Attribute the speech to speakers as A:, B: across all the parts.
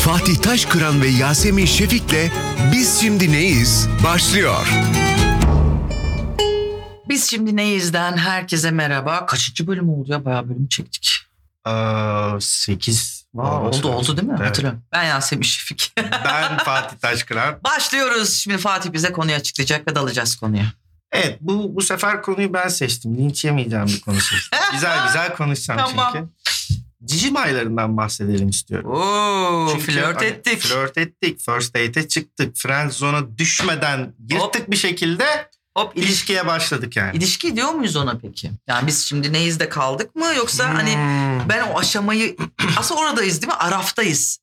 A: Fatih Taşkıran ve Yasemin Şefik'le Biz Şimdi Neyiz başlıyor.
B: Biz şimdi neyizden herkese merhaba. Kaçıncı bölüm oldu ya? Bayağı bölüm çektik.
C: 8
B: Vay, oldu oldu değil mi? Hatırlıyorum. Ben Yasemin Şefik.
C: Ben Fatih Taşkıran.
B: Başlıyoruz. Şimdi Fatih bize konuyu açıklayacak ve dalacağız konuya.
C: Evet bu bu sefer konuyu ben seçtim. Linç yemeyeceğim bir konu seçtim. güzel güzel konuşsam
B: Tamam.
C: çünkü. Cicim aylarından bahsedelim istiyorum.
B: Oo,
C: Çünkü
B: flört
C: hani
B: ettik.
C: Flört ettik. First date'e çıktık. Friend zone'a düşmeden yırttık bir şekilde
B: Hop ilişki.
C: ilişkiye başladık yani.
B: İlişki diyor muyuz ona peki? Yani biz şimdi neyizde kaldık mı yoksa hani
C: Hmm.
B: ben o aşamayı aslında oradayız değil mi? Araftayız.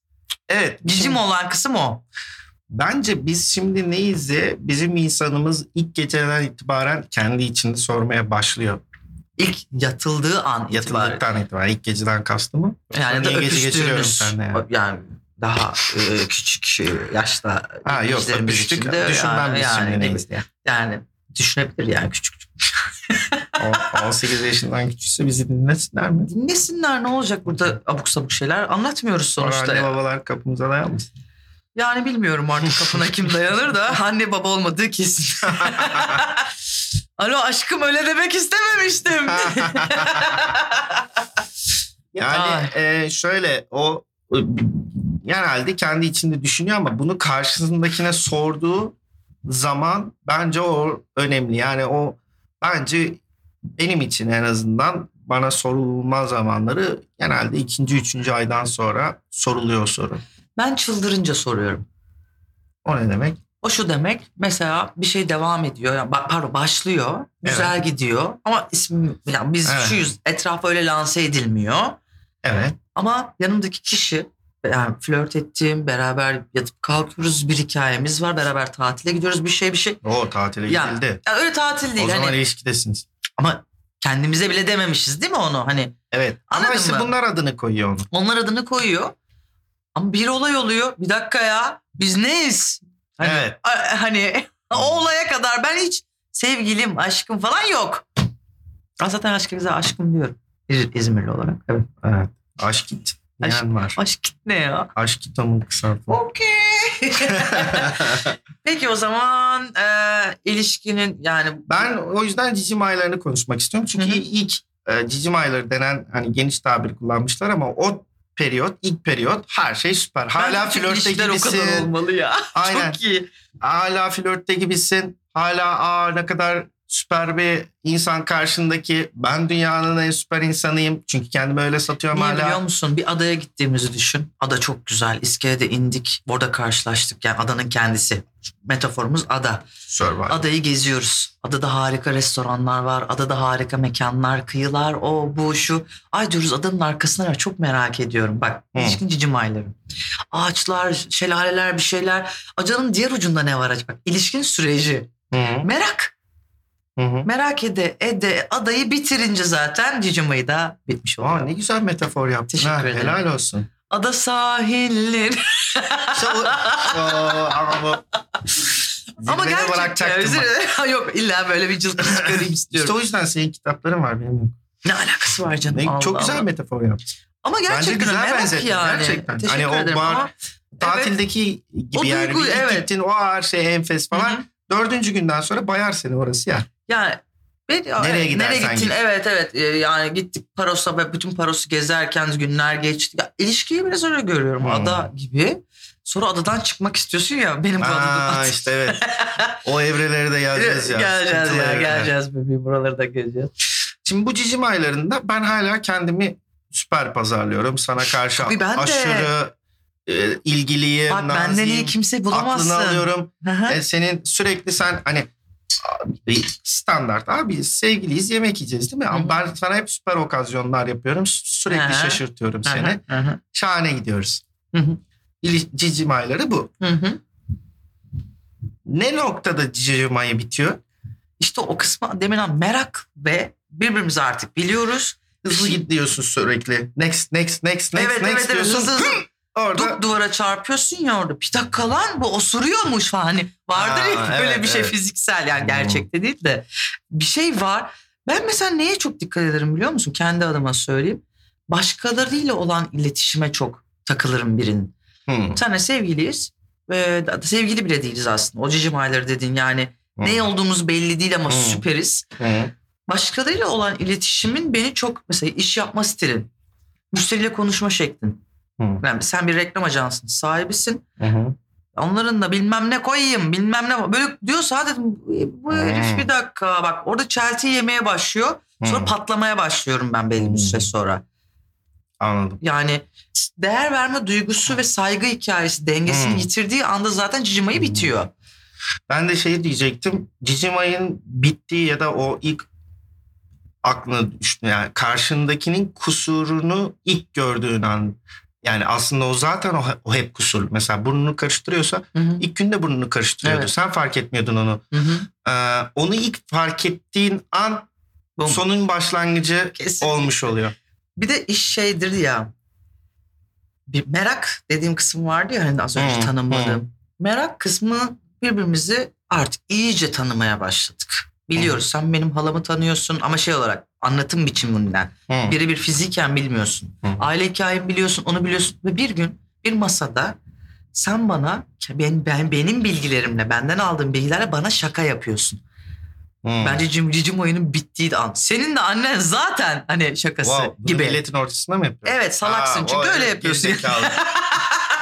C: evet.
B: Cicim olan kısım o.
C: Bence biz şimdi neyizse bizim insanımız ilk geceden itibaren kendi içinde sormaya başlıyor.
B: İlk yatıldığı an itibariyle.
C: Yatıldıktan itibaren ilk geceden kastım mı?
B: Yani da
C: Niye gece Hani geçiriyorum
B: öpüştüğümüz.
C: seninle yani?
B: Yani. daha e, küçük e, yaşta
C: Ha yok
B: dinleyicilerimiz
C: öpüştük.
B: için de
C: Düşünmem biz şimdi
B: yani,
C: neyiz diye.
B: yani düşünebilir yani küçük.
C: O- 18 yaşından küçükse bizi dinlesinler mi?
B: Dinlesinler ne olacak burada abuk sabuk şeyler anlatmıyoruz
C: Sonra
B: sonuçta.
C: anne babalar kapımıza dayanmış.
B: Yani bilmiyorum artık kapına kim dayanır da anne baba olmadığı kesin. Alo aşkım öyle demek istememiştim.
C: yani e, şöyle o e, genelde kendi içinde düşünüyor ama bunu karşısındakine sorduğu zaman bence o önemli. Yani o bence benim için en azından bana sorulma zamanları genelde ikinci, üçüncü aydan sonra soruluyor soru.
B: ben çıldırınca soruyorum.
C: O ne demek?
B: O şu demek mesela bir şey devam ediyor. Yani ba- pardon başlıyor. Güzel gidiyor. Ama ismi yani biz
C: Evet.
B: şuyuz. Etraf öyle lanse edilmiyor.
C: Evet.
B: Ama yanımdaki kişi yani flört ettiğim, beraber yatıp kalkıyoruz, bir hikayemiz var, beraber tatile gidiyoruz, bir şey bir şey.
C: O tatile
B: Ya,
C: gidildi.
B: Yani öyle tatil
C: O
B: değil
C: zaman
B: hani.
C: ilişkidesiniz.
B: Ama kendimize bile dememişiz değil mi onu? Hani
C: Evet. Ama
B: Anladın
C: işte
B: mı?
C: bunlar adını koyuyor onu.
B: onlar adını koyuyor. Ama bir olay oluyor. Bir dakika ya. Biz neyiz? Hani,
C: Evet.
B: a- hani o olaya kadar ben hiç sevgilim, aşkım falan yok. Ben zaten aşkı bize aşkım diyorum. İz- İzmirli olarak. Evet.
C: Evet. Aşk git.
B: Aşk-
C: Diyen var.
B: Aşk ne ya?
C: Aşk git onun kısaltı.
B: Okey. Peki o zaman e, ilişkinin yani
C: ben o yüzden cicim aylarını konuşmak istiyorum. Çünkü
B: Hı hı.
C: ilk e, cicim ayları denen hani geniş tabir kullanmışlar ama o periyot, ilk periyot her şey süper. Hala
B: Bence
C: flörtte
B: ilişkiler o kadar
C: gibisin.
B: olmalı ya.
C: Aynen.
B: Çok iyi.
C: Hala flörtte gibisin. Hala aa ne kadar süper bir insan karşındaki. Ben dünyanın en süper insanıyım. Çünkü kendimi öyle satıyorum
B: Niye
C: hala.
B: biliyor musun? Bir adaya gittiğimizi düşün. Ada çok güzel. İskelede indik. Orada karşılaştık. Yani adanın kendisi. Metaforumuz ada.
C: Survivor.
B: Adayı geziyoruz. Adada harika restoranlar var. Adada harika mekanlar, kıyılar, o bu şu. Ay diyoruz adanın arkasına ne var? çok merak ediyorum. Bak
C: Hı.
B: ilişkin cicim ayları. Ağaçlar, şelaleler bir şeyler. Adanın diğer ucunda ne var acaba? İlişkin süreci.
C: Hı
B: Merak.
C: hı, hı.
B: Merak ede ede adayı bitirince zaten cicim ayı da bitmiş
C: Aa,
B: oluyor.
C: ne güzel metafor yaptın
B: Teşekkür
C: ha.
B: ederim.
C: Helal olsun.
B: Ada sahilleri.
C: İşte o, o, ama bu. Zirvede
B: Ama gerçekten
C: bırakacaktım bak.
B: bizi- yok illa böyle bir cılkı çıkarayım
C: İşte
B: istiyorum.
C: o yüzden senin kitapların var benim. yok.
B: ne alakası var canım?
C: Ne,
B: Allah
C: çok güzel
B: Allah.
C: metafor yaptın.
B: Ama gerçekten
C: Bence güzel
B: merak
C: benzettin,
B: yani.
C: gerçekten.
B: Teşekkür
C: Hani o
B: ederim
C: bar-
B: ama
C: Tatildeki gibi
B: O
C: yani.
B: duygu,
C: Bir ilk
B: evet.
C: Gittin o her şey enfes falan.
B: Hı hı.
C: Dördüncü günden sonra bayar seni orası ya.
B: yani ben,
C: Nereye
B: nereye, nereye
C: gidersen
B: gittin?
C: git.
B: Evet evet Ee, yani gittik Paros'a ve bütün Paros'u gezerken günler geçti. Ya, ilişkiyi biraz öyle görüyorum
C: Hmm.
B: ada gibi. Sonra adadan çıkmak istiyorsun ya benim bu
C: Aa
B: adadan.
C: işte evet. o evreleri de yazacağız ya.
B: geleceğiz
C: Sıkıntılı
B: ya
C: evreler.
B: geleceğiz bebeğim buraları da geleceğiz.
C: Şimdi bu cicim aylarında ben hala kendimi süper pazarlıyorum. Sana karşı
B: Tabii ben de.
C: aşırı e, ilgiliyim,
B: Bak benden iyi
C: naziyim.
B: kimse bulamazsın.
C: Aklını alıyorum.
B: Hı hı.
C: E, senin sürekli sen hani abi, standart abi sevgiliyiz yemek yiyeceğiz değil mi?
B: Hı hı.
C: Ama ben sana hep süper okazyonlar yapıyorum. Sü- Sürekli
B: Hı hı.
C: şaşırtıyorum
B: Hı hı,
C: seni.
B: hı hı,
C: Şahane gidiyoruz.
B: Hı hı.
C: İli- Cicimayları bu.
B: hı hı.
C: Ne noktada cicimayı bitiyor?
B: İşte o kısmı demin an merak ve birbirimizi artık biliyoruz.
C: Hızlı gidiyorsun sürekli. Next, next, next, next,
B: evet
C: next
B: evet evet
C: diyorsun.
B: hızlı hızlı
C: Orada
B: duk duvara çarpıyorsun ya orada. Bir dakika lan bu osuruyormuş falan. Hani vardır ya
C: Ha,
B: böyle
C: evet,
B: bir şey
C: evet.
B: fiziksel yani
C: Hmm.
B: gerçekte değil de. Bir şey var. Ben mesela neye çok dikkat ederim biliyor musun? Kendi adıma söyleyeyim. başkalarıyla olan iletişime çok takılırım birinin.
C: Hmm.
B: Bir tane sevgiliyiz. Ee, sevgili bile değiliz aslında. O cicim ayları dedin yani. Ne olduğumuz belli değil ama
C: Hmm.
B: süperiz.
C: Hı.
B: Başkalarıyla olan iletişimin beni çok mesela iş yapma stilin, müşteriyle konuşma şeklin.
C: Hı.
B: Yani sen bir reklam ajansının sahibisin.
C: Hı hı.
B: Onların da bilmem ne koyayım bilmem ne böyle diyorsa dedim bu- bu herif
C: Hmm.
B: bir dakika bak orada çelti yemeye başlıyor. Sonra
C: Hı.
B: patlamaya başlıyorum ben belli bir süre sonra.
C: Anladım.
B: Yani değer verme duygusu ve saygı hikayesi dengesini
C: Hmm.
B: yitirdiği anda zaten cicimayı bitiyor.
C: Ben de şey diyecektim. Cicimay'ın bittiği ya da o ilk aklına düştü. Yani karşındakinin kusurunu ilk gördüğün an. Yani aslında o zaten o, o hep kusurlu. Mesela burnunu karıştırıyorsa
B: Hı hı,
C: ilk günde burnunu karıştırıyordu.
B: Evet.
C: Sen fark etmiyordun onu.
B: hı hı.
C: Ee, onu ilk fark ettiğin an
B: Bum.
C: sonun başlangıcı
B: Kesin.
C: olmuş oluyor.
B: Bir de iş şeydir ya. Bir merak dediğim kısım vardı ya hani az önce
C: Hı,
B: tanımladığım. Merak kısmı birbirimizi artık iyice tanımaya başladık. Biliyoruz sen benim halamı tanıyorsun ama şey olarak anlatım biçiminden.
C: Hı.
B: Biri bir fiziken bilmiyorsun.
C: Hı.
B: Aile hikayemi biliyorsun onu biliyorsun. Ve bir gün bir masada sen bana ben, ben benim bilgilerimle benden aldığım bilgilerle bana şaka yapıyorsun.
C: Hı.
B: Bence Cim, Cicim oyunun bittiği an. Senin de annen zaten hani şakası
C: Wow, bunu
B: gibi.
C: Milletin ortasında mı yapıyor?
B: Evet salaksın
C: Aa,
B: çünkü
C: o
B: öyle yapıyorsun.
C: gerizekalı.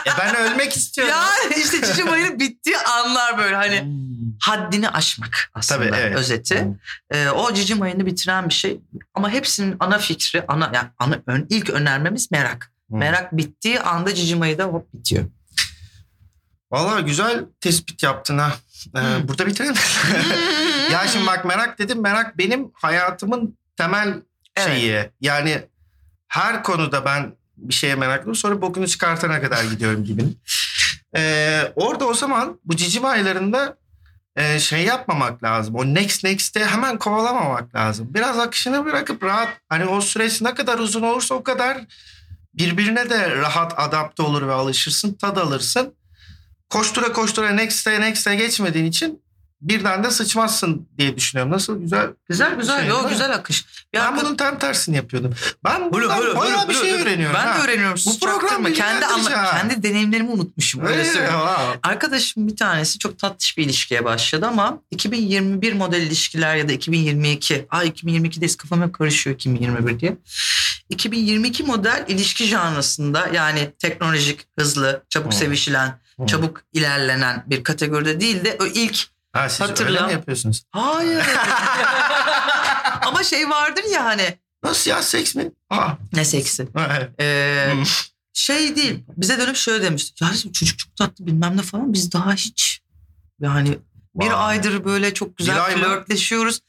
C: ya ben ölmek istiyorum.
B: ya işte çişim ayının bittiği anlar böyle hani haddini aşmak aslında
C: Hmm. Tabii, evet. Hmm.
B: özeti. Ee, o cicim ayını bitiren bir şey ama hepsinin ana fikri ana yani ana ön, ilk önermemiz merak.
C: Hmm.
B: Merak bittiği anda cicim ayı da hop bitiyor.
C: Vallahi güzel tespit yaptın ha. Ee,
B: Hmm.
C: Burada bitirelim. ya şimdi bak merak dedim. Merak benim hayatımın temel
B: Evet.
C: şeyi. Yani her konuda ben bir şeye meraklıyım. Sonra bokunu çıkartana kadar gidiyorum gibi. Ee, orada o zaman bu cicim aylarında e, şey yapmamak lazım. O next next'te hemen kovalamamak lazım. Biraz akışına bırakıp rahat. Hani o süreç ne kadar uzun olursa o kadar birbirine de rahat adapte olur ve alışırsın. Tad alırsın. Koştura koştura next'e next'e geçmediğin için birden de sıçmazsın diye düşünüyorum. Nasıl güzel.
B: Güzel güzel
C: Şey, değil
B: yo
C: mi?
B: güzel akış. Bir
C: Ben
B: arka-
C: bunun tam tersini yapıyordum. Ben
B: Blu,
C: bundan
B: blu,
C: bayağı
B: blu,
C: bir
B: blu,
C: şey
B: blu.
C: öğreniyorum.
B: Ben
C: ha.
B: de öğreniyorum. Sus,
C: program
B: çaktırma. kendi anla-
C: bilgilendirici ha.
B: kendi deneyimlerimi unutmuşum öyle
C: Öyle
B: söyleyeyim.
C: ya.
B: Arkadaşım bir tanesi çok tatlış bir ilişkiye başladı ama 2021 model ilişkiler ya da 2022. Ay 2022'deyiz kafama karışıyor 2021 diye. 2022 model ilişki janrasında yani teknolojik, hızlı, çabuk
C: Hmm.
B: sevişilen,
C: Hmm.
B: çabuk ilerlenen bir kategoride değil de o ilk
C: Ha, siz öyle
B: Hatırla.
C: mi yapıyorsunuz?
B: hayır. ama şey vardır ya hani
C: Nasıl ya seks mi? Aa.
B: ne seksi.
C: evet.
B: Ee,
C: Hmm.
B: şey değil. Bize dönüp şöyle demişti. Ya bizim çocuk çok tatlı bilmem ne falan. Biz daha hiç yani
C: Vay.
B: bir aydır böyle çok
C: Bir
B: güzel
C: ay mı?
B: flörtleşiyoruz.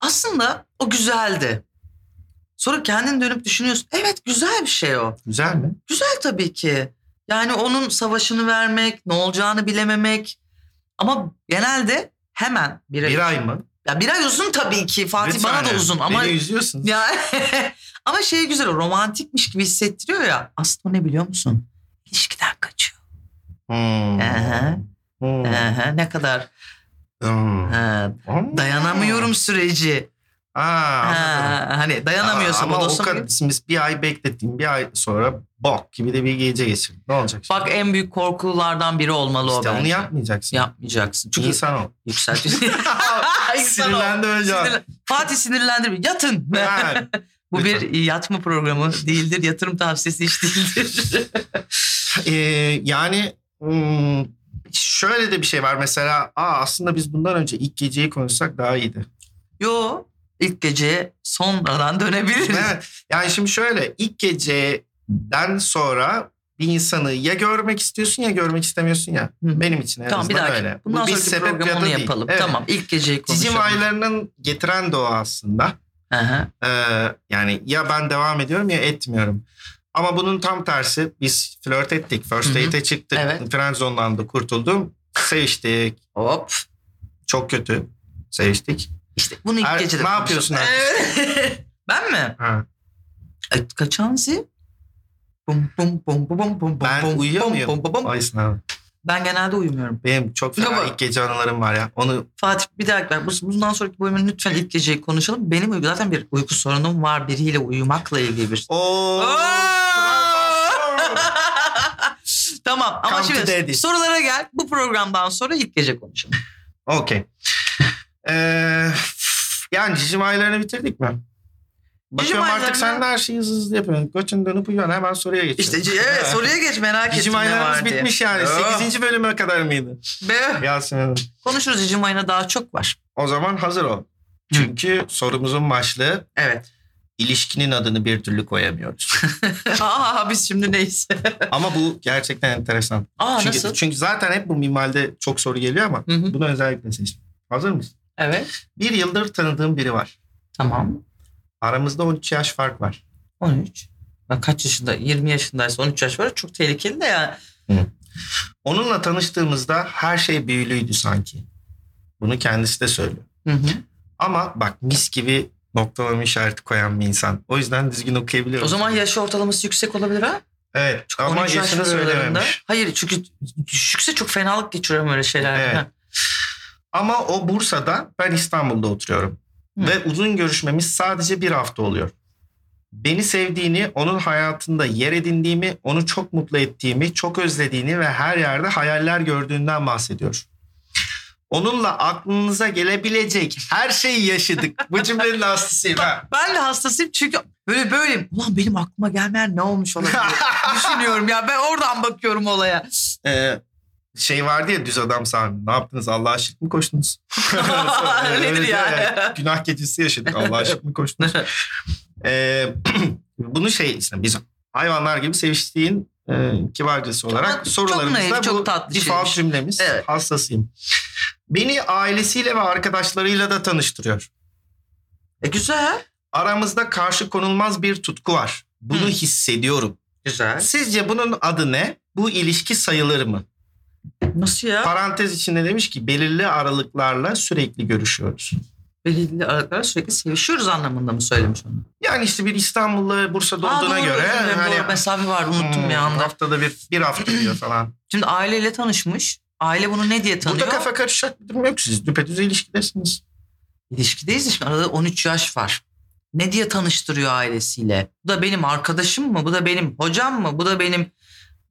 B: Aslında o güzeldi. Sonra kendin dönüp düşünüyorsun. Evet güzel bir şey o.
C: Güzel mi?
B: Güzel tabii ki. Yani onun savaşını vermek, ne olacağını bilememek. Ama genelde hemen bir ay.
C: Bir ay mı?
B: Ya bir ay uzun tabii ki. Fatih
C: Lütfen
B: bana da
C: ya.
B: uzun ama
C: Beni üzüyorsun.
B: ya ama şey güzel o romantikmiş gibi hissettiriyor ya. Aslında ne biliyor musun? İlişkiden kaçıyor.
C: Hmm.
B: Ehe,
C: Hmm.
B: ehe, ne kadar
C: Hmm.
B: ha,
C: Hmm.
B: dayanamıyorum süreci.
C: Aa, anladım.
B: Ha, hani dayanamıyorsam
C: ama
B: o da
C: o
B: sonra-
C: kadar biz bir ay beklettiğim bir ay sonra bok gibi de bir gece geçirdim. Ne olacak şimdi?
B: Bak en büyük korkulardan biri olmalı
C: işte
B: o
C: onu
B: bence.
C: yapmayacaksın.
B: Yapmayacaksın. Çünkü
C: İnsan ol.
B: yükseltiyorsun. İnsan ol.
C: Sinirlendi önce.
B: Sinirlen- Fatih sinirlendirme. Yatın.
C: Ha,
B: Bu bir
C: lütfen.
B: yatma programı değildir. Yatırım tavsiyesi hiç değildir.
C: Ee, yani hmm, şöyle de bir şey var mesela. Aa, aslında biz bundan önce ilk geceyi konuşsak daha iyiydi.
B: Yo ilk gece sonradan dönebiliriz.
C: Evet. Yani şimdi şöyle ilk geceden sonra bir insanı ya görmek istiyorsun ya görmek istemiyorsun ya.
B: Hı.
C: Benim için en
B: Tamam bir
C: azından
B: dahaki.
C: öyle. Bu
B: Bundan
C: bir
B: sonraki
C: sebep ya
B: programı
C: da
B: onu
C: değil.
B: yapalım.
C: Evet.
B: Tamam ilk geceyi konuşalım.
C: Cicim aylarının getiren de o aslında.
B: Hı hı.
C: Ee, yani ya ben devam ediyorum ya etmiyorum. Ama bunun tam tersi biz flört ettik. First
B: Hı hı.
C: date'e çıktık.
B: Evet.
C: Friend zone'dan da kurtuldum. Seviştik.
B: Hop.
C: Çok kötü. Seviştik.
B: İşte bunu ilk
C: Er-
B: gecede
C: ne
B: konuşalım.
C: yapıyorsun
B: Evet. ben mi?
C: Ha.
B: E, Kaçan zil. Bum bum bum bum bum bum bum
C: Ben
B: bum
C: uyuyamıyorum.
B: bum bum bum.
C: Ay sınav.
B: Ben genelde uyumuyorum.
C: Benim çok fena
B: Ama-
C: ilk gece anılarım var ya. Onu
B: Fatih bir dakika bak, bu- bundan sonraki bölümün lütfen ilk geceyi konuşalım. Benim uyku, zaten bir uyku sorunum var biriyle uyumakla ilgili bir.
C: o
B: tamam ama
C: Come to
B: şimdi
C: daddy.
B: sorulara gel. Bu programdan sonra ilk gece konuşalım.
C: Okey. Ee, yani cicim aylarını bitirdik mi? Bakıyorum artık
B: aylarını-
C: sen de her şeyi hızlı hızlı yapıyorsun. Götün dönüp uyuyorsun. Hemen soruya geçiyorsun.
B: İşte c- evet
C: Ha.
B: soruya geç merak ettim.
C: Cicim
B: ne
C: aylarımız
B: var diye.
C: bitmiş yani.
B: Oh.
C: 8. bölüme kadar mıydı?
B: Be.
C: Yasin Hanım.
B: Konuşuruz cicim ayına daha çok var.
C: O zaman hazır ol. Çünkü sorumuzun başlığı
B: Evet.
C: ilişkinin adını bir türlü koyamıyoruz.
B: Aa biz şimdi neyse.
C: Ama bu gerçekten enteresan.
B: Aa
C: çünkü,
B: nasıl?
C: çünkü zaten hep bu mimalde çok soru geliyor ama
B: Hı hı.
C: bunu özellikle seçtim. Hazır mısın?
B: Evet.
C: Bir yıldır tanıdığım biri var.
B: Tamam.
C: Aramızda 13 yaş fark var.
B: 13. Ben kaç yaşında? 20 yaşındaysa 13 yaş var. Çok tehlikeli de ya.
C: Onunla tanıştığımızda her şey büyülüydü sanki. Bunu kendisi de söylüyor.
B: Hı hı.
C: Ama bak mis gibi noktalama işareti koyan bir insan. O yüzden düzgün okuyabiliyorum.
B: O zaman yaş ortalaması yüksek olabilir ha.
C: Evet ama
B: 13 yaş
C: yaşını
B: aralarında.
C: söylememiş.
B: Hayır çünkü düşükse çok fenalık geçiriyorum öyle şeyler.
C: Evet.
B: Ha.
C: Ama o Bursa'da ben İstanbul'da oturuyorum.
B: Hı.
C: Ve uzun görüşmemiz sadece bir hafta oluyor. Beni sevdiğini, onun hayatında yer edindiğimi, onu çok mutlu ettiğimi, çok özlediğini ve her yerde hayaller gördüğünden bahsediyor. Onunla aklınıza gelebilecek her şeyi yaşadık. Bu cümlenin aslısıyım ha.
B: Ben de hastasıyım çünkü böyle böyleyim. Ulan benim aklıma gelmeyen ne olmuş olabilir? Düşünüyorum ya ben oradan bakıyorum olaya.
C: Ee, şey vardı ya düz adam sahne. Ne yaptınız? Allah'a şirk mi koştunuz?
B: Öyledir
C: diyor
B: yani.
C: Günah gecesi yaşadık. Allah'a şirk mi koştunuz? Ee, bunu şey işte biz hayvanlar gibi seviştiğin e, kibarcası olarak
B: Ama çok
C: sorularımızda
B: naif, çok
C: bu
B: tatlı
C: default
B: şeymiş.
C: cümlemiz.
B: Evet.
C: Hastasıyım. Beni ailesiyle ve arkadaşlarıyla da tanıştırıyor.
B: E, güzel.
C: Aramızda karşı konulmaz bir tutku var. Bunu
B: Hı.
C: hissediyorum.
B: Güzel.
C: Sizce bunun adı ne? Bu ilişki sayılır mı?
B: Nasıl ya?
C: Parantez içinde demiş ki belirli aralıklarla sürekli görüşüyoruz.
B: Belirli aralıklarla sürekli sevişiyoruz anlamında mı söylemiş onu?
C: Yani işte bir İstanbul'la Bursa'da
B: Aa,
C: olduğuna
B: doğru,
C: göre
B: özür dilerim,
C: hani
B: doğru. mesafe vardı unuttum
C: hmm,
B: ya anda.
C: haftada bir bir hafta diyor falan.
B: Şimdi aileyle tanışmış. Aile bunu ne diye tanıyor?
C: Burada kafa karışacak bir durum yok. Siz düpedüz ilişkidesiniz.
B: İlişkideyiz ya şimdi arada 13 yaş var. Ne diye tanıştırıyor ailesiyle? Bu da benim arkadaşım mı? Bu da benim hocam mı? Bu da benim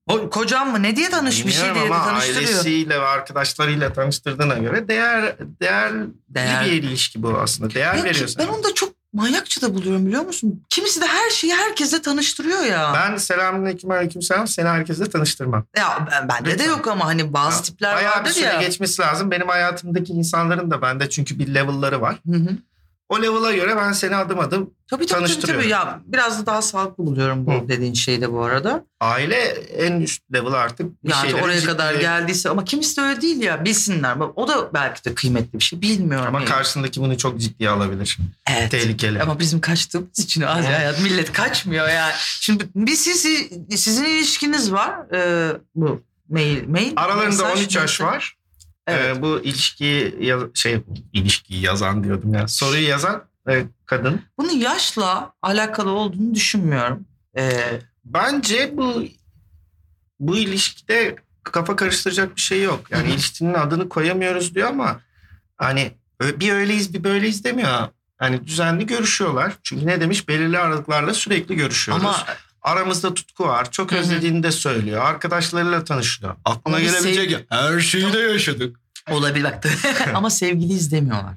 B: ho- kocam mı? Ne diye tanış bir şey
C: Bilmiyorum
B: diye de
C: ama
B: tanıştırıyor.
C: ailesiyle ve arkadaşlarıyla tanıştırdığına göre değer değerli
B: Değer.
C: bir ilişki bu aslında. Değer
B: Ya ki-
C: veriyorsun.
B: ben onu da çok manyakça da buluyorum biliyor musun? Kimisi de her şeyi herkese tanıştırıyor ya.
C: Ben selamünaleyküm aleyküm selam seni herkesle tanıştırmam.
B: ya ben, bende de
C: Lütfen.
B: yok ama hani bazı tipler
C: Bayağı bir
B: vardır
C: süre
B: ya.
C: geçmesi lazım. Benim hayatımdaki insanların da bende çünkü bir level'ları var.
B: Hı hı.
C: O level'a göre ben seni adım adım
B: Tabii tabii, tabii
C: Tanıştırıyor.
B: tabii ya biraz da daha sağlıklı buluyorum bu
C: Hı.
B: dediğin şeyi de bu arada.
C: aile en üst level artık bir
B: Yani
C: şeyleri
B: oraya
C: ciddiye-
B: kadar geldiyse ama kimisi de öyle değil ya bilsinler. Bak, O da belki de kıymetli bir şey bilmiyorum.
C: Ama
B: yani.
C: karşısındaki bunu çok ciddiye alabilir.
B: Evet.
C: Tehlikeli.
B: Ama bizim kaçtığımız için az
C: Evet.
B: hayat millet kaçmıyor yani. Şimdi bir siz, sizin ilişkiniz var. Ee, bu mail mail.
C: Aralarında
B: mesaj,
C: 13 yaş
B: neyse.
C: var.
B: Evet.
C: Ee, bu ilişkiyi yaz- şey ilişkiyi yazan diyordum ya. Soruyu yazan e, kadın.
B: Bunun yaşla alakalı olduğunu düşünmüyorum. Ee,
C: Bence bu bu ilişkide kafa karıştıracak bir şey yok.
B: Hı
C: Yani
B: hı.
C: ilişkinin adını koyamıyoruz diyor ama hani ö- bir öyleyiz bir böyleyiz demiyor. ha. Hani düzenli görüşüyorlar. Çünkü ne demiş? Belirli aralıklarla sürekli görüşüyoruz.
B: ama
C: Aramızda tutku var. Çok
B: Hı hı.
C: özlediğini de söylüyor. Arkadaşlarıyla tanışıyor. Aklına
B: Ama bir
C: gelebilecek
B: sevgi-
C: her şeyi de yaşadık.
B: olabilir bak. ama sevgili izlemiyorlar.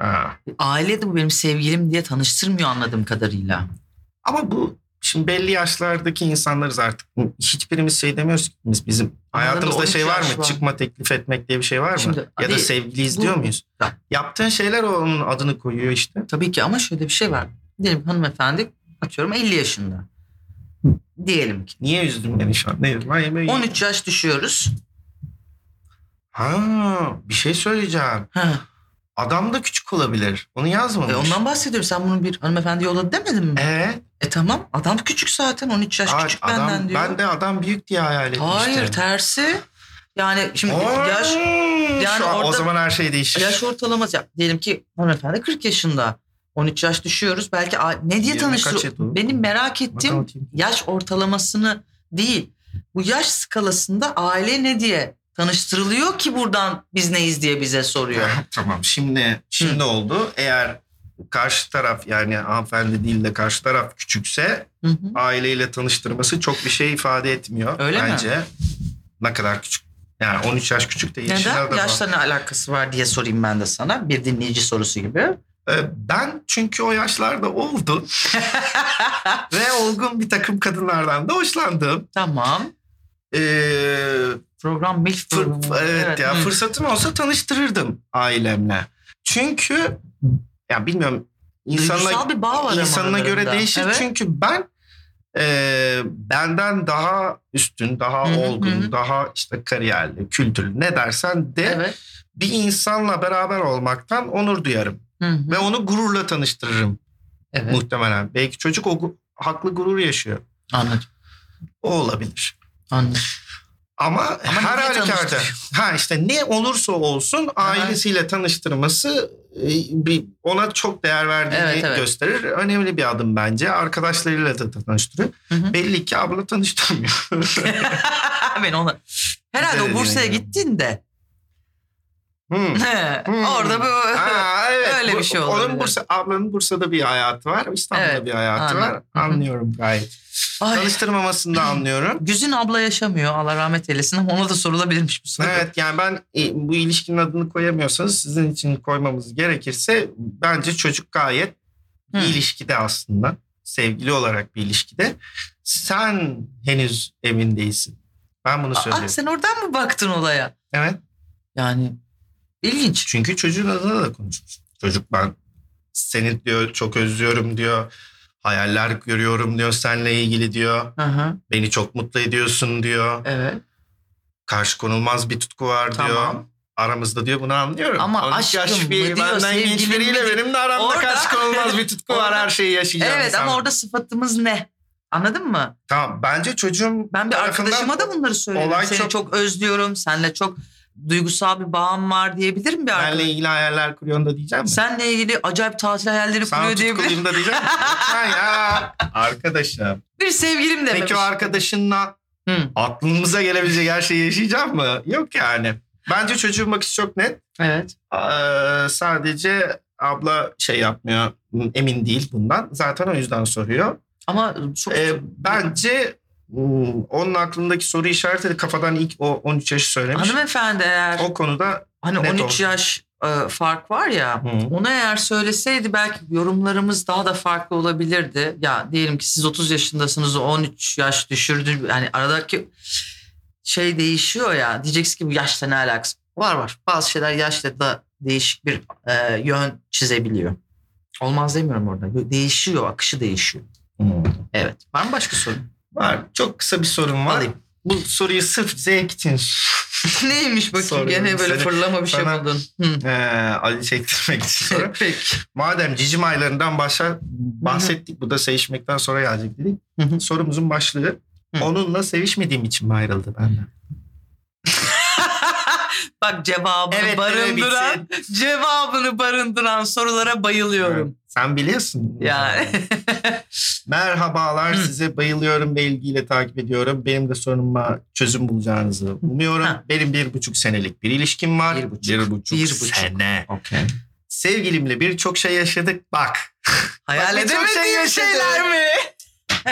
C: Ha.
B: Aile de bu benim sevgilim diye tanıştırmıyor anladığım kadarıyla.
C: Ama bu şimdi belli yaşlardaki insanlarız artık. Hiçbirimiz şey demiyoruz ki biz bizim
B: Arada
C: hayatımızda
B: 13
C: şey var
B: yaş
C: mı?
B: var.
C: Çıkma teklif etmek diye bir şey var mı?
B: Şimdi,
C: ya da
B: değil.
C: sevgiliyiz
B: Bu-
C: diyor muyuz?
B: Ya.
C: Yaptığın şeyler onun adını koyuyor işte.
B: Tabii ki ama şöyle bir şey var. Diyelim hanımefendi atıyorum 50 yaşında. Diyelim ki.
C: Niye üzdün beni şu an? Ne yüzüm? Ay, yemeği-
B: 13 yaş düşüyoruz.
C: Ha, bir şey söyleyeceğim.
B: Ha.
C: Adam da küçük olabilir. Onu yazmamış.
B: E ondan bahsediyorum. Sen bunu bir hanımefendi yolladı demedin mi? E,
C: Ee,
B: tamam. Adam küçük zaten. 13 yaş
C: ay,
B: küçük
C: adam,
B: benden diyor.
C: ben de adam büyük diye hayal etmiştim.
B: Hayır tersi. Yani şimdi
C: Oo,
B: yaş yani
C: şu an- o
B: orada-
C: zaman her şey değişir.
B: yaş ortalaması. Ya, diyelim ki hanımefendi 40 yaşında. 13 yaş düşüyoruz. Belki a- ne diye
C: Yirmi kaç
B: tanıştır?
C: yedi o?
B: Benim merak ettiğim
C: Matematiğim.
B: yaş ortalamasını değil. bu yaş skalasında aile ne diye tanıştırılıyor ki buradan biz neyiz diye bize soruyor.
C: tamam şimdi şimdi oldu. Eğer karşı taraf yani hanımefendi değil de karşı taraf küçükse
B: Hı hı.
C: aileyle tanıştırması çok bir şey ifade etmiyor
B: Öyle mi?
C: bence. Ne kadar küçük. Yani 13 yaş küçük de yeşil
B: Neden?
C: adama.
B: Yaşla ne alakası var diye sorayım ben de sana. Bir dinleyici sorusu gibi.
C: Ee, Ben çünkü o yaşlarda oldum ve olgun bir takım kadınlardan da hoşlandım.
B: tamam.
C: Ee,
B: Program MILF
C: fır-
B: programı.
C: evet, ya
B: Hmm, hı.
C: fırsatım olsa tanıştırırdım ailemle. Çünkü ya bilmiyorum insanla
B: Duygusal bir bağ var
C: İnsanına
B: ama
C: göre
B: aralarında.
C: değişir
B: Evet.
C: çünkü ben e, benden daha üstün, daha
B: Hı hı,
C: olgun,
B: hı.
C: daha işte kariyerli, kültürlü ne dersen de
B: Evet.
C: bir insanla beraber olmaktan onur duyarım
B: Hı hı.
C: ve onu gururla tanıştırırım
B: Evet.
C: muhtemelen. Belki çocuk o gu- haklı gurur yaşıyor.
B: Anladım.
C: O olabilir.
B: Anladım.
C: Ama,
B: Ama
C: her
B: niye
C: halükarda
B: tanıştırıyor?
C: ha işte ne olursa olsun ailesiyle tanıştırması e, bir ona çok değer verdiğini
B: Evet, evet.
C: gösterir. Önemli bir adım bence. Arkadaşlarıyla da tanıştırıyor.
B: Hı hı.
C: Belli ki abla tanıştırmıyor.
B: ben ona... Herhalde
C: Güzel
B: o Bursa'ya
C: dinleyelim.
B: gittiğinde
C: Hmm. Hmm.
B: orada böyle
C: Aa, evet.
B: Öyle bir şey olabilir.
C: Onun Bursa, ablanın Bursa'da bir hayatı var. İstanbul'da
B: Evet,
C: bir hayatı var.
B: anladım. Hı hı.
C: Anlıyorum gayet.
B: Ay,
C: Tanıştırmamasını da anlıyorum.
B: Güzin abla yaşamıyor Allah rahmet eylesin ama ona da sorulabilirmiş bu soru.
C: Evet yani ben e, bu ilişkinin adını koyamıyorsanız sizin için koymamız gerekirse bence çocuk gayet bir
B: Hı.
C: ilişkide aslında. Sevgili olarak bir ilişkide. Sen henüz emin değilsin. Ben bunu
B: Aa,
C: söylüyorum.
B: sen oradan mı baktın olaya?
C: Evet.
B: Yani ilginç.
C: Çünkü çocuğun adına da konuşmuş. Çocuk ben seni diyor çok özlüyorum diyor. Hayaller görüyorum diyor seninle ilgili diyor.
B: Hı hı,
C: Beni çok mutlu ediyorsun diyor.
B: evet.
C: Karşı konulmaz bir tutku var diyor.
B: Tamam.
C: Aramızda diyor bunu anlıyorum.
B: Ama
C: 13
B: aşkım
C: yaş
B: mı
C: bir
B: diyor,
C: benden
B: sevgilim
C: genç
B: mi
C: biriyle
B: diyor?
C: benim de aramda
B: Orada-
C: karşı konulmaz bir tutku var
B: Orada-
C: her şeyi yaşayacağım.
B: Evet ama
C: sana.
B: orada sıfatımız ne? Anladın mı?
C: Tamam bence çocuğum
B: Ben bir
C: tarafından-
B: arkadaşıma da bunları söylerim.
C: olay
B: Seni
C: çok-
B: çok... özlüyorum. Seninle çok duygusal bir bağım var diyebilirim bir
C: Benle
B: arkadaşım.
C: ilgili hayaller kuruyorsun da diyeceğim mi?
B: Senle ilgili acayip tatil hayalleri
C: Sana
B: kuruyor diyebilirim.
C: tutkuluyum da diyeceğim mi? Lütfen ya. Arkadaşım.
B: Bir sevgilim dememiş.
C: Peki o arkadaşınla
B: Hı.
C: aklımıza gelebilecek her şeyi yaşayacak mı? Yok yani. Bence çocuğun bakışı çok net.
B: Evet.
C: Ee, sadece abla şey yapmıyor. Emin değil bundan. Zaten o yüzden soruyor.
B: Ama çok...
C: Ee, bence hmm, onun aklındaki soru işareti de kafadan ilk o 13 yaşı söylemiş.
B: Hanımefendi eğer
C: O konuda hmm,
B: hani
C: net
B: 13
C: olsun.
B: yaş e, fark var ya
C: Hı.
B: onu eğer söyleseydi belki yorumlarımız daha da farklı olabilirdi. Ya diyelim ki siz 30 yaşındasınız o 13 yaş düşürdü yani aradaki şey değişiyor ya diyeceksin ki bu yaşla ne alakası var var bazı şeyler yaşla da değişik bir e, yön çizebiliyor. Olmaz demiyorum orada. Değişiyor, akışı değişiyor.
C: Hmm.
B: Evet. Var mı başka soru?
C: var. Çok kısa bir sorum var.
B: Alayım.
C: Bu soruyu sırf zevk için
B: Neymiş bakayım
C: Soruyorum
B: gene böyle
C: seni.
B: fırlama bir şey
C: Sana-
B: buldun. Hı.
C: ee, Ali çektirmek için soru.
B: Peki.
C: Madem cicim aylarından başa bahsettik. Bu da sevişmekten sonra gelecek dedik.
B: Hı hı.
C: Sorumuzun başlığı.
B: Hı.
C: Onunla sevişmediğim için mi ayrıldı benden?
B: Bak cevabını
C: Evet,
B: barındıran cevabını barındıran sorulara bayılıyorum.
C: Sen biliyorsun.
B: Yani
C: Merhabalar
B: Hı.
C: size bayılıyorum ve ilgiyle takip ediyorum. Benim de sorunuma çözüm bulacağınızı umuyorum.
B: Ha.
C: Benim bir buçuk senelik bir ilişkim var.
B: Bir buçuk.
C: buçuk
B: Bir buçuk.
C: sene.
B: okay.
C: Sevgilimle birçok şey yaşadık. Bak
B: hayal
C: Bak, birçok
B: edemediğin
C: şey yaşadı.
B: şeyler mi?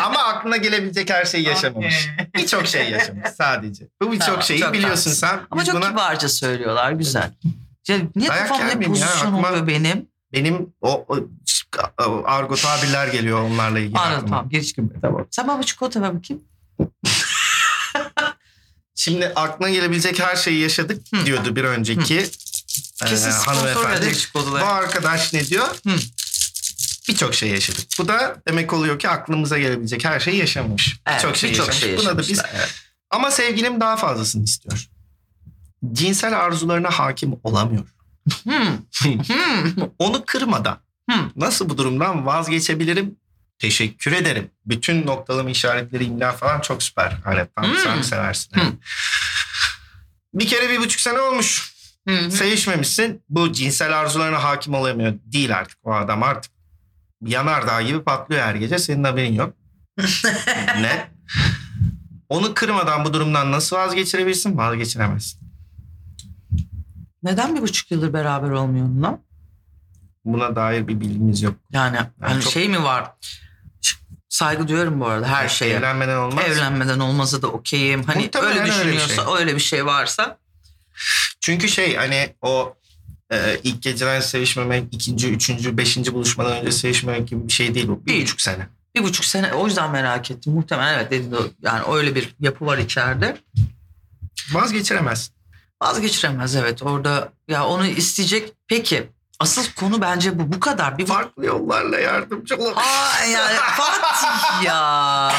C: ama aklına gelebilecek her şeyi yaşamamış.
B: Okey.
C: Birçok şey yaşamış sadece. Bu birçok
B: Tamam,
C: şeyi
B: çok
C: biliyorsun
B: haklısın.
C: sen.
B: Ama
C: Biz
B: çok
C: buna-
B: kibarca söylüyorlar güzel. Ya niye
C: Dayak
B: kafamda hep
C: yemeyeyim ya,
B: pozisyon
C: aklıma-
B: oluyor benim?
C: Benim o, o o argo tabirler geliyor onlarla ilgili.
B: Anladım
C: aklıma.
B: tamam girişkin. Tamam. Sen bana bu çikolata ver bakayım.
C: Şimdi aklına gelebilecek her şeyi yaşadık
B: Hı.
C: diyordu bir önceki e,
B: Kesin sponsor verir
C: hanımefendi. Bu
B: çikolataları.
C: arkadaş ne diyor?
B: Hı.
C: Birçok şey yaşadık. Bu da demek oluyor ki aklımıza gelebilecek her şeyi yaşamış.
B: Evet,
C: Birçok şey,
B: birçok
C: yaşamış.
B: şey
C: Buna da biz
B: yaşamışlar, evet.
C: ama sevgilim daha fazlasını istiyor. Cinsel arzularına hakim olamıyor.
B: Hmm. Hmm.
C: Onu kırmadan Hmm,
B: Hı.
C: nasıl bu durumdan vazgeçebilirim? Teşekkür ederim. Bütün noktalama işaretleri, imla falan çok süper. Hani tam
B: Hı.
C: sen seversin.
B: Hı.
C: Bir kere bir buçuk sene olmuş.
B: Hı hı.
C: Sevişmemişsin. Bu cinsel arzularına hakim olamıyor. Değil artık o adam artık. Yanardağ gibi patlıyor her gece. Senin haberin yok. ne? Onu kırmadan bu durumdan nasıl vazgeçirebilirsin? Vazgeçiremezsin.
B: Neden bir buçuk yıldır beraber olmuyor onunla?
C: Buna dair bir bilgimiz yok.
B: Yani hani
C: çok-
B: şey mi var? Ş- Saygı duyuyorum bu arada her şeye.
C: Evlenmeden olmaz.
B: Evlenmeden olmazsa da okeyim. Hani
C: Muhtemelen
B: öyle
C: öyle bir
B: düşünüyorsa,
C: şey.
B: öyle bir, şey varsa
C: Çünkü şey hani o e, ilk geceden sevişmemek, ikinci, üçüncü, beşinci buluşmadan önce sevişmemek gibi bir şey değil bu. Bir
B: Değil.
C: buçuk sene.
B: bir buçuk sene o yüzden merak ettim. Muhtemelen evet dediğin doğru. yani öyle bir yapı var içeride.
C: Vazgeçiremezsin.
B: Vazgeçiremez evet orada ya onu isteyecek. Peki asıl konu bence bu bu kadar. Bir
C: Farklı yollarla yardımcı olabilir.
B: Aa yani Fatih ya.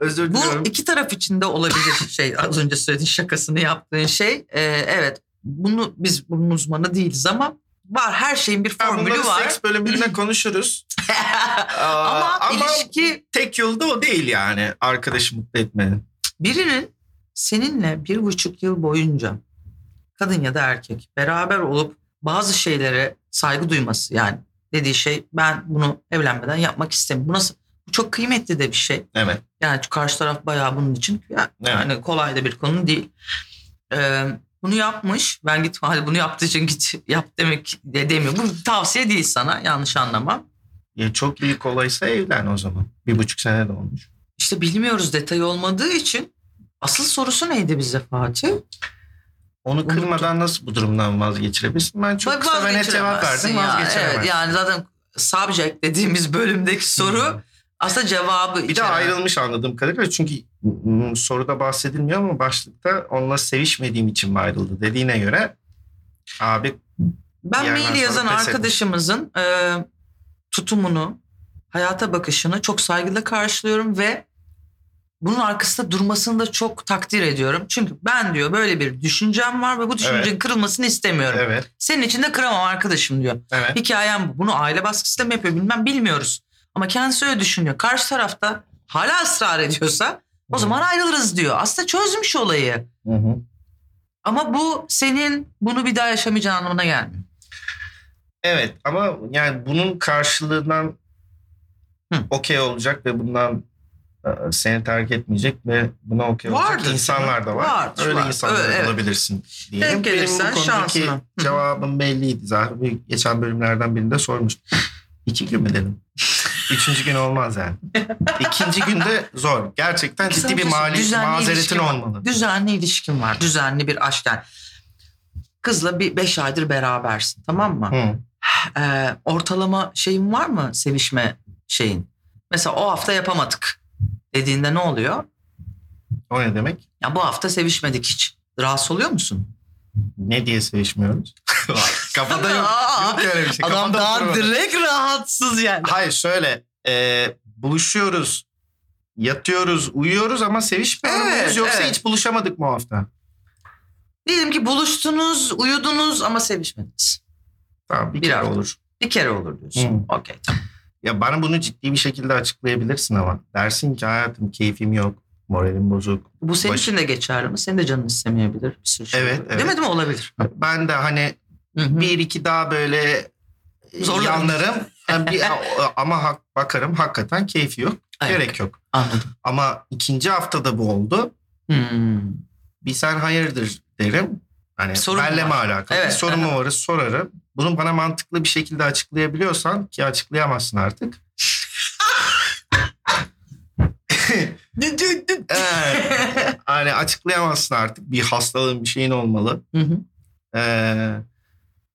C: Özür
B: Bu
C: diliyorum.
B: iki taraf için de olabilir şey. Az önce söylediğin şakasını yaptığın şey. Ee, evet bunu biz bunun uzmanı değiliz ama var her şeyin bir
C: Ya
B: formülü
C: bunları
B: var.
C: seks bölümünde konuşuruz. Aa,
B: ama,
C: ama,
B: ilişki
C: tek yolda o değil yani arkadaşı mutlu etmenin.
B: birinin seninle bir buçuk yıl boyunca kadın ya da erkek beraber olup bazı şeylere saygı duyması yani dediği şey ben bunu evlenmeden yapmak istemiyorum. Bu nasıl? Bu çok kıymetli de bir şey.
C: Evet.
B: Yani şu karşı taraf bayağı bunun için ya-
C: Evet.
B: yani kolay da bir konu değil. Ee, bunu yapmış. Ben git hadi bunu yaptığı için git yap demek de demiyor. Bu tavsiye değil sana yanlış anlama.
C: Ya çok büyük olaysa evlen o zaman. Bir buçuk sene de olmuş.
B: İşte bilmiyoruz detay olmadığı için. Asıl sorusu neydi bize Fatih?
C: Onu kırmadan nasıl bu durumdan vazgeçirebilirsin? Ben çok
B: Bak,
C: kısa ve net cevap
B: vazgeçiremezsin
C: verdim.
B: ya.
C: Vazgeçiremezsin.
B: Evet, yani zaten subject dediğimiz bölümdeki
C: Hmm.
B: soru aslında cevabı
C: Bir de
B: içeren.
C: ayrılmış anladığım kadarıyla çünkü mm, soruda bahsedilmiyor ama başlıkta onunla sevişmediğim için mi ayrıldı dediğine göre abi
B: Ben
C: Yani ben
B: mail yazan
C: sonra pes
B: arkadaşımızın e, tutumunu, hayata bakışını çok saygıyla karşılıyorum ve bunun arkasında durmasını da çok takdir ediyorum. Çünkü ben diyor böyle bir düşüncem var ve bu düşüncenin
C: Evet.
B: kırılmasını istemiyorum.
C: evet
B: Senin için de kıramam arkadaşım diyor.
C: evet
B: Hikayem bu. Bunu aile baskısı da mı yapıyor bilmem bilmiyoruz. Ama kendisi öyle düşünüyor. Karşı tarafta hala ısrar ediyorsa o
C: Hı.
B: zaman ayrılırız diyor. Aslında çözmüş olayı.
C: Hı hı.
B: Ama bu senin bunu bir daha yaşamayacağın anlamına gelmiyor.
C: evet ama yani bunun karşılığından
B: Hı.
C: okey olacak ve bundan e, seni terk etmeyecek ve buna okey
B: Vardır.
C: olacak insanlar da var.
B: Vardır,
C: Öyle
B: var.
C: insanlar
B: Öyle, evet.
C: bulabilirsin diyelim.
B: Denk gelirsen
C: Benim bu konudaki
B: şansına. Hı.
C: cevabım belliydi zaten. Bu Geçen bölümlerden birinde sormuştum. İki gün mü dedim? Üçüncü gün olmaz yani. İkinci günde zor. Gerçekten
B: Sana
C: ciddi bir
B: şey söyleyeyim.
C: mali,
B: Düzenli ilişkin
C: mazeretin
B: var.
C: olmalı.
B: Düzenli ilişkin var. Düzenli bir aşk. Yani kızla bir beş aydır berabersin tamam mı?
C: Hı.
B: Ee, ortalama şeyin var mı sevişme şeyin? Mesela o hafta yapamadık dediğinde ne oluyor?
C: O ne demek?
B: Ya bu hafta sevişmedik hiç. Rahatsız oluyor musun?
C: Ne diye sevişmiyoruz? Kafada yok. Yok öyle bir şey.
B: Adam
C: Kafamda
B: daha
C: oturmadı.
B: direkt rahatsız yani.
C: Hayır şöyle. e, buluşuyoruz. Yatıyoruz, uyuyoruz ama sevişmiyor
B: Evet,
C: muyuz? Yoksa
B: evet.
C: hiç buluşamadık mı o hafta?
B: Diyelim ki buluştunuz, uyudunuz ama sevişmediniz.
C: Tamam bir,
B: Bir
C: kere
B: hafta.
C: olur.
B: Bir kere olur
C: Hmm.
B: diyorsun. Okey tamam.
C: Ya bana bunu ciddi bir şekilde açıklayabilirsin ama. Dersin ki hayatım keyfim yok. Moralim bozuk.
B: Bu senin
C: Baş-
B: için de geçerli mi? Senin de canın istemeyebilir. Bir sürü şey.
C: Evet,
B: olabilir.
C: evet.
B: Değil mi? Değil mi? Olabilir.
C: Ben de hani
B: Hı-hı.
C: bir iki daha böyle e,
B: Zorlarım.
C: yanlarım. Yani bir- ama hak- bakarım hakikaten keyfi yok.
B: Evet,
C: Gerek yok.
B: Anladım.
C: Ama ikinci haftada bu oldu.
B: Hmm.
C: Bir sen hayırdır derim. Hani
B: Sorun
C: benle
B: mu
C: mi alakalı?
B: Evet,
C: Bir sorun
B: aha.
C: mu varı sorarım. Bunu bana mantıklı bir şekilde açıklayabiliyorsan ki açıklayamazsın artık. Ee, hani açıklayamazsın artık. Bir hastalığın bir şeyin olmalı.
B: Hı hı.
C: Ee,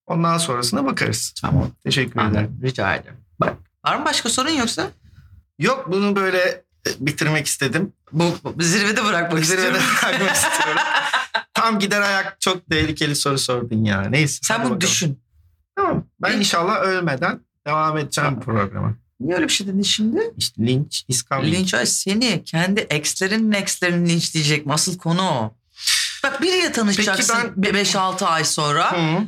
C: ondan sonrasına bakarız.
B: Tamam.
C: Teşekkür ederim.
B: Anladım. Rica ederim. Bak. Var mı başka sorun yoksa?
C: Yok bunu böyle e, bitirmek istedim.
B: Bu, bu zirvede bırakmak
C: Zirvede
B: istiyorum.
C: bırakmak istiyorum. Tam gider ayak çok tehlikeli soru sordun ya. Neyse.
B: Sen
C: hadi
B: bunu
C: bakalım.
B: düşün.
C: Tamam. Ben inşallah ölmeden devam edeceğim bu programa.
B: Niye öyle bir şey dedin şimdi?
C: İşte linç, iskambil.
B: Linç ay seni kendi exlerin exlerin linçleyecek. mi? Asıl konu o. Bak biriyle tanışacaksın
C: ben-
B: 5-6 ay sonra.
C: Hı.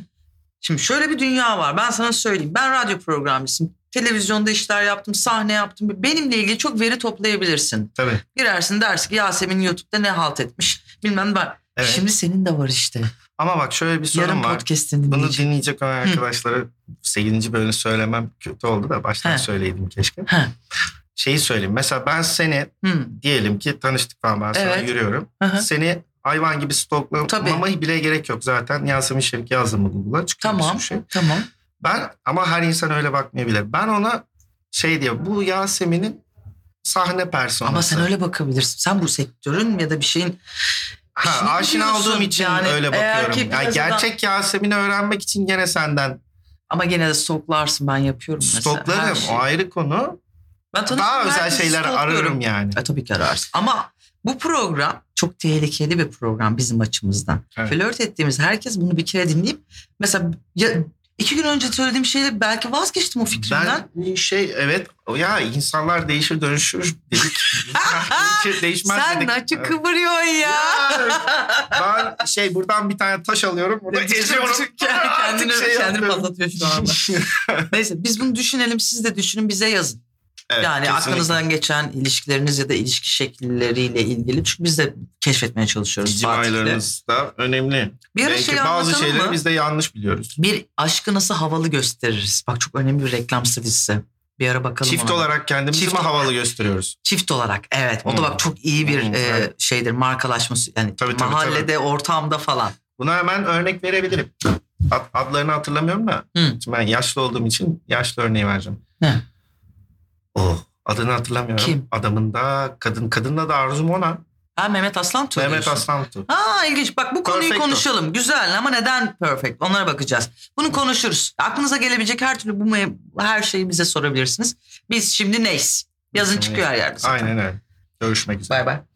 B: Şimdi şöyle bir dünya var. Ben sana söyleyeyim. Ben radyo programcısıyım. Televizyonda işler yaptım, sahne yaptım. Benimle ilgili çok veri toplayabilirsin.
C: Tabii.
B: Girersin dersin ki Yasemin YouTube'da ne halt etmiş. Bilmem ben.
C: Evet.
B: Şimdi senin de var işte.
C: Ama bak şöyle bir sorun
B: Yarın
C: var.
B: podcast'ini
C: Bunu
B: dinleyeceğim.
C: dinleyecek olan arkadaşlara 8. bölümü söylemem kötü oldu da baştan
B: He.
C: söyleydim keşke.
B: He.
C: şeyi söyleyeyim. Mesela ben seni
B: Hı.
C: diyelim ki tanıştık falan ben sana
B: Evet.
C: yürüyorum.
B: Hı hı.
C: Seni hayvan gibi stoklamama
B: Tabii.
C: bile gerek yok zaten. Yasemin Şevki yazdım Google'a. Çünkü
B: Tamam.
C: bir şey.
B: Tamam.
C: Ben ama her insan öyle bakmayabilir. Ben ona şey diye bu Yasemin'in sahne personası.
B: Ama sen öyle bakabilirsin. Sen bu sektörün ya da bir şeyin işini
C: Ha, aşina
B: biliyorsun.
C: olduğum için
B: Yani
C: öyle
B: eğer ki
C: bakıyorum. Yani
B: biraz adam-
C: gerçek Yasemin'i öğrenmek için gene senden
B: ama gene de stoklarsın ben yapıyorum mesela. her
C: stoklarım.
B: şeyi.
C: O ayrı konu.
B: Ben tanıştığım
C: Daha özel
B: herkesi
C: şeyler
B: stokluyorum.
C: ararım yani.
B: E, tabii ki ararsın. Ama bu program çok tehlikeli bir program bizim açımızdan.
C: Evet.
B: Flört ettiğimiz herkes bunu bir kere dinleyip mesela ya iki gün önce söylediğim şeyle belki vazgeçtim o fikrimden.
C: Ben şey evet ya insanlar değişir dönüşür dedik. Değişir, değişmez
B: Sen
C: dedik.
B: naçı
C: Evet.
B: kıvırıyorsun ya.
C: ben şey buradan bir tane taş alıyorum. Burada eziyorum.
B: kendini,
C: Artık şey
B: kendini
C: yapıyorum.
B: patlatıyor şu anda. Neyse biz bunu düşünelim siz de düşünün bize yazın.
C: Evet,
B: yani
C: kesinlikle.
B: aklınızdan geçen ilişkileriniz ya da ilişki şekilleriyle ilgili. Çünkü biz de keşfetmeye çalışıyoruz
C: Bizim
B: Fatih'le.
C: aylarımız da önemli.
B: Bir ara
C: Belki
B: şey
C: bazı
B: anlatalım
C: şeyleri
B: mı?
C: biz de yanlış biliyoruz.
B: Bir aşkı nasıl havalı gösteririz? Bak çok önemli bir reklam serisi. Bir ara bakalım
C: Çift
B: ona.
C: olarak kendimizi
B: Çift
C: mi
B: olarak.
C: havalı gösteriyoruz?
B: Çift olarak evet. O da
C: Hmm.
B: bak çok iyi bir
C: Hmm,
B: e,
C: evet.
B: şeydir markalaşması. Yani
C: Tabii, tabii,
B: mahallede, ortamda falan.
C: Buna hemen örnek verebilirim. Ad- Adlarını hatırlamıyorum da
B: Hı.
C: şimdi ben yaşlı olduğum için yaşlı örneği vereceğim.
B: Ne?
C: Oh, adını hatırlamıyorum.
B: Kim?
C: Adamın da kadın kadınla da arzum ona.
B: Ha Mehmet Aslan Tuğ
C: Mehmet
B: diyorsun.
C: Aslantu.
B: Ha ilginç. Bak bu konuyu
C: Perfecto.
B: konuşalım. Güzel ama neden perfect? Onlara bakacağız. Bunu konuşuruz. Aklınıza gelebilecek her türlü bu me- her şeyi bize sorabilirsiniz. Biz şimdi neyiz? Yazın
C: Biz
B: çıkıyor her yerde. zaten.
C: Aynen öyle. Görüşmek üzere.
B: Bay bay.